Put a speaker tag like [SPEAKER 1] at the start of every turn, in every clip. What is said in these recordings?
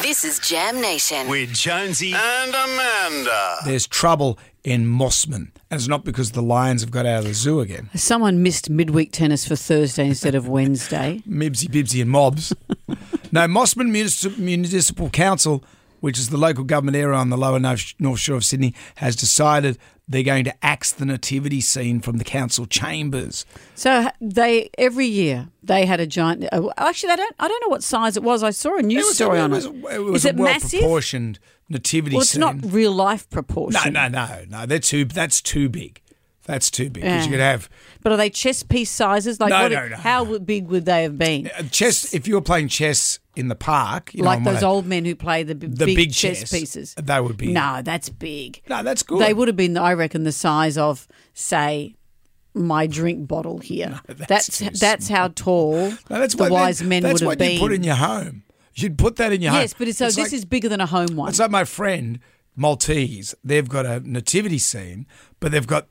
[SPEAKER 1] This is Jam Nation.
[SPEAKER 2] with Jonesy.
[SPEAKER 3] and Amanda.
[SPEAKER 4] There's trouble in Mossman, and it's not because the lions have got out of the zoo again.
[SPEAKER 5] Someone missed midweek tennis for Thursday instead of Wednesday.
[SPEAKER 4] Mibsy, Bibsy, and Mobs. no, Mossman Municip- Municipal Council, which is the local government area on the lower north, north shore of Sydney, has decided they're going to axe the nativity scene from the council chambers.
[SPEAKER 5] So they every year they had a giant. Uh, actually, they don't. I don't know what size it was. I saw a news story on
[SPEAKER 4] was,
[SPEAKER 5] it.
[SPEAKER 4] it was
[SPEAKER 5] Is it
[SPEAKER 4] a well
[SPEAKER 5] massive?
[SPEAKER 4] proportioned nativity
[SPEAKER 5] Well, it's
[SPEAKER 4] scene.
[SPEAKER 5] not real life
[SPEAKER 4] no,
[SPEAKER 5] proportion.
[SPEAKER 4] no, no, no. They're too, that's too big. That's too big because
[SPEAKER 5] Yeah.
[SPEAKER 4] you could have
[SPEAKER 5] But are they chess piece sizes? Like,
[SPEAKER 4] No,
[SPEAKER 5] what,
[SPEAKER 4] no, no,
[SPEAKER 5] how big would they have been?
[SPEAKER 4] uh, chess. If you were playing chess in the park, you know,
[SPEAKER 5] like
[SPEAKER 4] on one
[SPEAKER 5] those
[SPEAKER 4] of-
[SPEAKER 5] old men who play the, b-
[SPEAKER 4] the
[SPEAKER 5] big,
[SPEAKER 4] big
[SPEAKER 5] chess,
[SPEAKER 4] chess,
[SPEAKER 5] pieces.
[SPEAKER 4] they would be-
[SPEAKER 5] No, that's big.
[SPEAKER 4] No, that's good.
[SPEAKER 5] They would have been, I reckon, the size of, say, my drink bottle here.
[SPEAKER 4] that's
[SPEAKER 5] that's
[SPEAKER 4] too
[SPEAKER 5] that's, how tall
[SPEAKER 4] No, that's
[SPEAKER 5] the
[SPEAKER 4] what,
[SPEAKER 5] wise
[SPEAKER 4] that-
[SPEAKER 5] men
[SPEAKER 4] that's
[SPEAKER 5] would have
[SPEAKER 4] what
[SPEAKER 5] been.
[SPEAKER 4] you put in your home. You'd put that in your home.
[SPEAKER 5] yes, but it's, so
[SPEAKER 4] It's
[SPEAKER 5] this
[SPEAKER 4] like-
[SPEAKER 5] is bigger than a home one.
[SPEAKER 4] It's like my friend Maltese. They've got a nativity scene, but they've got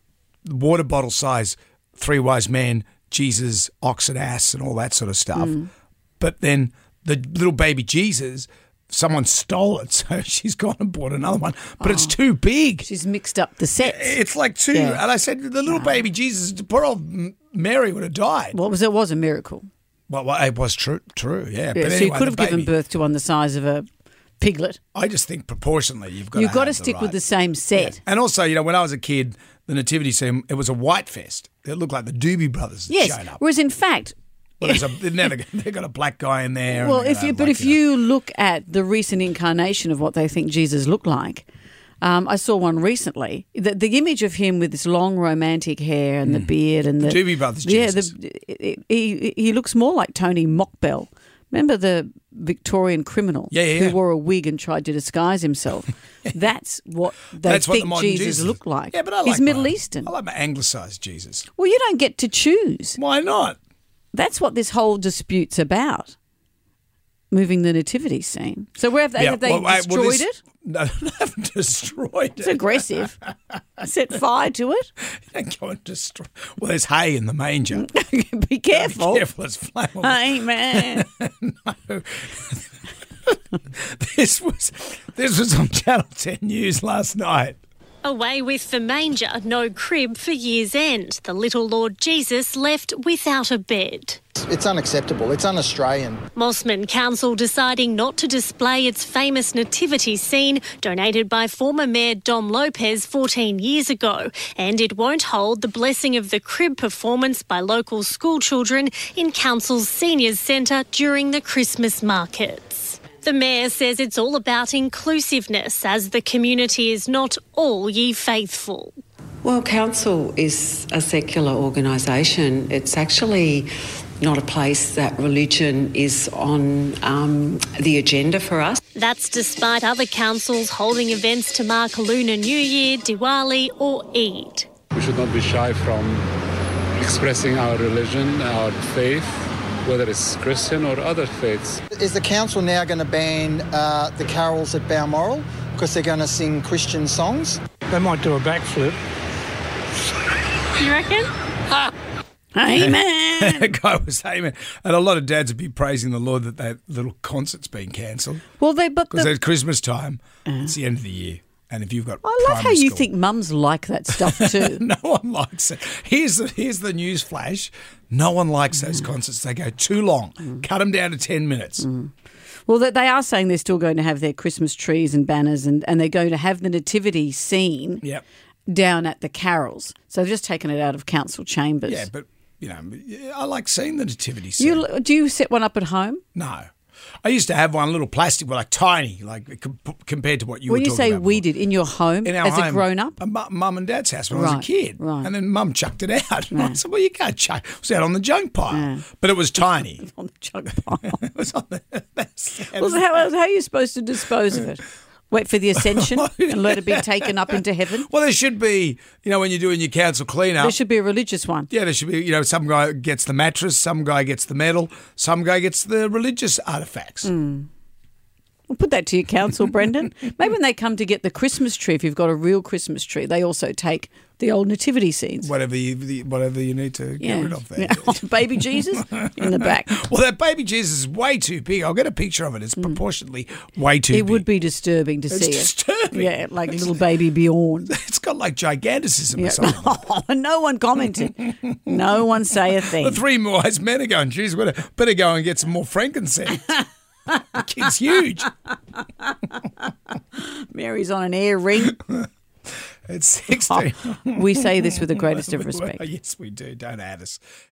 [SPEAKER 4] water bottle size three wise men, Jesus, ox and ass, and all that sort of stuff.
[SPEAKER 5] Mm.
[SPEAKER 4] But then the little baby Jesus, someone stole it, so she's gone and bought another one. But it's too big.
[SPEAKER 5] Oh. She's mixed up the sets.
[SPEAKER 4] It's like two.
[SPEAKER 5] Yeah.
[SPEAKER 4] And I said, the little baby Jesus, poor old M- Mary would have died.
[SPEAKER 5] what was it? Was a miracle.
[SPEAKER 4] Well, well, it was true, true, yeah. but
[SPEAKER 5] Yeah, so
[SPEAKER 4] anyway,
[SPEAKER 5] you could
[SPEAKER 4] the
[SPEAKER 5] have given
[SPEAKER 4] baby-
[SPEAKER 5] birth to one the size of a piglet.
[SPEAKER 4] I just think proportionally, you've got.
[SPEAKER 5] You've
[SPEAKER 4] to
[SPEAKER 5] got to
[SPEAKER 4] have
[SPEAKER 5] stick
[SPEAKER 4] right-
[SPEAKER 5] with the same set.
[SPEAKER 4] And also, you know, when I was a kid, the nativity scene it was a white fest. It looked like the Doobie Brothers had
[SPEAKER 5] Yes.
[SPEAKER 4] shown up.
[SPEAKER 5] Whereas in fact,
[SPEAKER 4] Well, there's a, they never they got a black guy in there. and
[SPEAKER 5] Well,
[SPEAKER 4] they
[SPEAKER 5] if
[SPEAKER 4] got a,
[SPEAKER 5] you, but
[SPEAKER 4] like,
[SPEAKER 5] if you look at the recent incarnation of what they think Jesus looked like, um, I saw one recently. The, the image of him with this long romantic hair and the beard and the,
[SPEAKER 4] Doobie Hmm. Brothers
[SPEAKER 5] Yeah,
[SPEAKER 4] Jesus.
[SPEAKER 5] the, he- he he looks more like Tony Mockbell. Remember the Victorian criminal
[SPEAKER 4] Yeah, yeah,
[SPEAKER 5] who
[SPEAKER 4] yeah.
[SPEAKER 5] wore a wig and tried to disguise himself? That's what they
[SPEAKER 4] That's what the
[SPEAKER 5] think
[SPEAKER 4] modern
[SPEAKER 5] Jesus,
[SPEAKER 4] Jesus
[SPEAKER 5] looked like.
[SPEAKER 4] Yeah, but I like
[SPEAKER 5] he's Middle
[SPEAKER 4] my-
[SPEAKER 5] Eastern.
[SPEAKER 4] I like my anglicised Jesus.
[SPEAKER 5] well, you don't get to choose.
[SPEAKER 4] Why not?
[SPEAKER 5] That's what this whole dispute's about. Moving the nativity scene. So where have they, have they
[SPEAKER 4] well, I-
[SPEAKER 5] destroyed
[SPEAKER 4] well, this-
[SPEAKER 5] it?
[SPEAKER 4] No, they haven't destroyed
[SPEAKER 5] It's
[SPEAKER 4] it.
[SPEAKER 5] aggressive. Set fire to it.
[SPEAKER 4] They Don't go and destroy. Well, there's hay in the manger.
[SPEAKER 5] Be careful.
[SPEAKER 4] Careful, it's flammable.
[SPEAKER 5] Hey man,
[SPEAKER 4] This was this was on Channel Ten News last night.
[SPEAKER 6] Away with the manger, no crib for year's end. The little Lord Jesus left without a bed.
[SPEAKER 7] It's unacceptable. It's un Australian.
[SPEAKER 6] Mossman Council deciding not to display its famous nativity scene donated by former Mayor Dom Lopez 14 years ago. And it won't hold the blessing of the crib performance by local school children in Council's Seniors Centre during the Christmas markets. The Mayor says it's all about inclusiveness as the community is not all ye faithful.
[SPEAKER 8] Well, council is a secular organisation. It's actually not a place that religion is on um, the agenda for us.
[SPEAKER 6] That's despite other councils holding events to mark Lunar New Year, Diwali, or Eid.
[SPEAKER 9] We should not be shy from expressing our religion, our faith, whether it's Christian or other faiths.
[SPEAKER 7] Is the council now going to ban uh, the carols at Balmoral because they're going to sing Christian songs?
[SPEAKER 10] They might do a backflip.
[SPEAKER 6] You reckon?
[SPEAKER 5] hey man.
[SPEAKER 4] that guy was aiming. And a lot of dads would be praising the Lord that that little concert's been cancelled
[SPEAKER 5] Well, they but
[SPEAKER 4] because
[SPEAKER 5] the, Uh-huh.
[SPEAKER 4] at Christmas time, it's the end of the year, and if you've got,
[SPEAKER 5] I love how
[SPEAKER 4] primary
[SPEAKER 5] you
[SPEAKER 4] school-
[SPEAKER 5] think mums like that stuff too.
[SPEAKER 4] No one likes it. Here's the, here's the news flash. No one likes
[SPEAKER 5] Mm.
[SPEAKER 4] those concerts. They go too long. Cut them down to ten minutes.
[SPEAKER 5] well, they, they are saying they're still going to have their Christmas trees and banners, and, and they're going to have the nativity scene
[SPEAKER 4] Yep.
[SPEAKER 5] down at the Carols. So they've just taken it out of council chambers.
[SPEAKER 4] Yeah, but you know, yeah, I like seeing the nativity scene.
[SPEAKER 5] you do you set one up at home?
[SPEAKER 4] no. I used to have one little plastic, well, like tiny, like com- compared to what you
[SPEAKER 5] when
[SPEAKER 4] were
[SPEAKER 5] you
[SPEAKER 4] talking
[SPEAKER 5] say
[SPEAKER 4] about
[SPEAKER 5] we
[SPEAKER 4] before.
[SPEAKER 5] did in your home
[SPEAKER 4] in our
[SPEAKER 5] as a
[SPEAKER 4] home, Um,
[SPEAKER 5] grown up,
[SPEAKER 4] at mu- mum and dad's house when I
[SPEAKER 5] Right,
[SPEAKER 4] was a kid,
[SPEAKER 5] right.
[SPEAKER 4] and then mum chucked it out. And I said, "Well, you can't chuck." It was out on the junk pile, but it was tiny.
[SPEAKER 5] on the jug pile.
[SPEAKER 4] it was on the. that's-
[SPEAKER 5] Well, so how, how are you supposed to dispose of it? Wait for the ascension and let it be taken up into heaven?
[SPEAKER 4] well, there should be, you know, when you're doing your council cleanup.
[SPEAKER 5] There should be a religious one.
[SPEAKER 4] yeah, there should be, you know, some guy gets the
[SPEAKER 5] Mm.
[SPEAKER 4] mattress, some guy gets the medal, some guy gets the religious artifacts.
[SPEAKER 5] We'll put that to your council, Brendan. Maybe when they come to get the Christmas tree, if you've got a real Christmas tree, they also take the old nativity scenes.
[SPEAKER 4] Whatever you the- whatever you need to get rid of there.
[SPEAKER 5] Yeah. Baby Jesus in the back.
[SPEAKER 4] Well, that baby Jesus is way too big. I'll get a picture of it. It's proportionately way too
[SPEAKER 5] Mm. It
[SPEAKER 4] big.
[SPEAKER 5] would be disturbing to
[SPEAKER 4] It's
[SPEAKER 5] see
[SPEAKER 4] disturbing.
[SPEAKER 5] it. Yeah, like little baby Bjorn.
[SPEAKER 4] It's got like gigantism or
[SPEAKER 5] Yeah.
[SPEAKER 4] something.
[SPEAKER 5] no one commented. No one say a thing.
[SPEAKER 4] The three wise men are going, geez, better, better go and get some more frankincense. the kid's huge.
[SPEAKER 5] Mary's on an air ring.
[SPEAKER 4] It's 16.
[SPEAKER 5] We say this with the Oh, greatest of respect.
[SPEAKER 4] Yes, we do. Don't add us.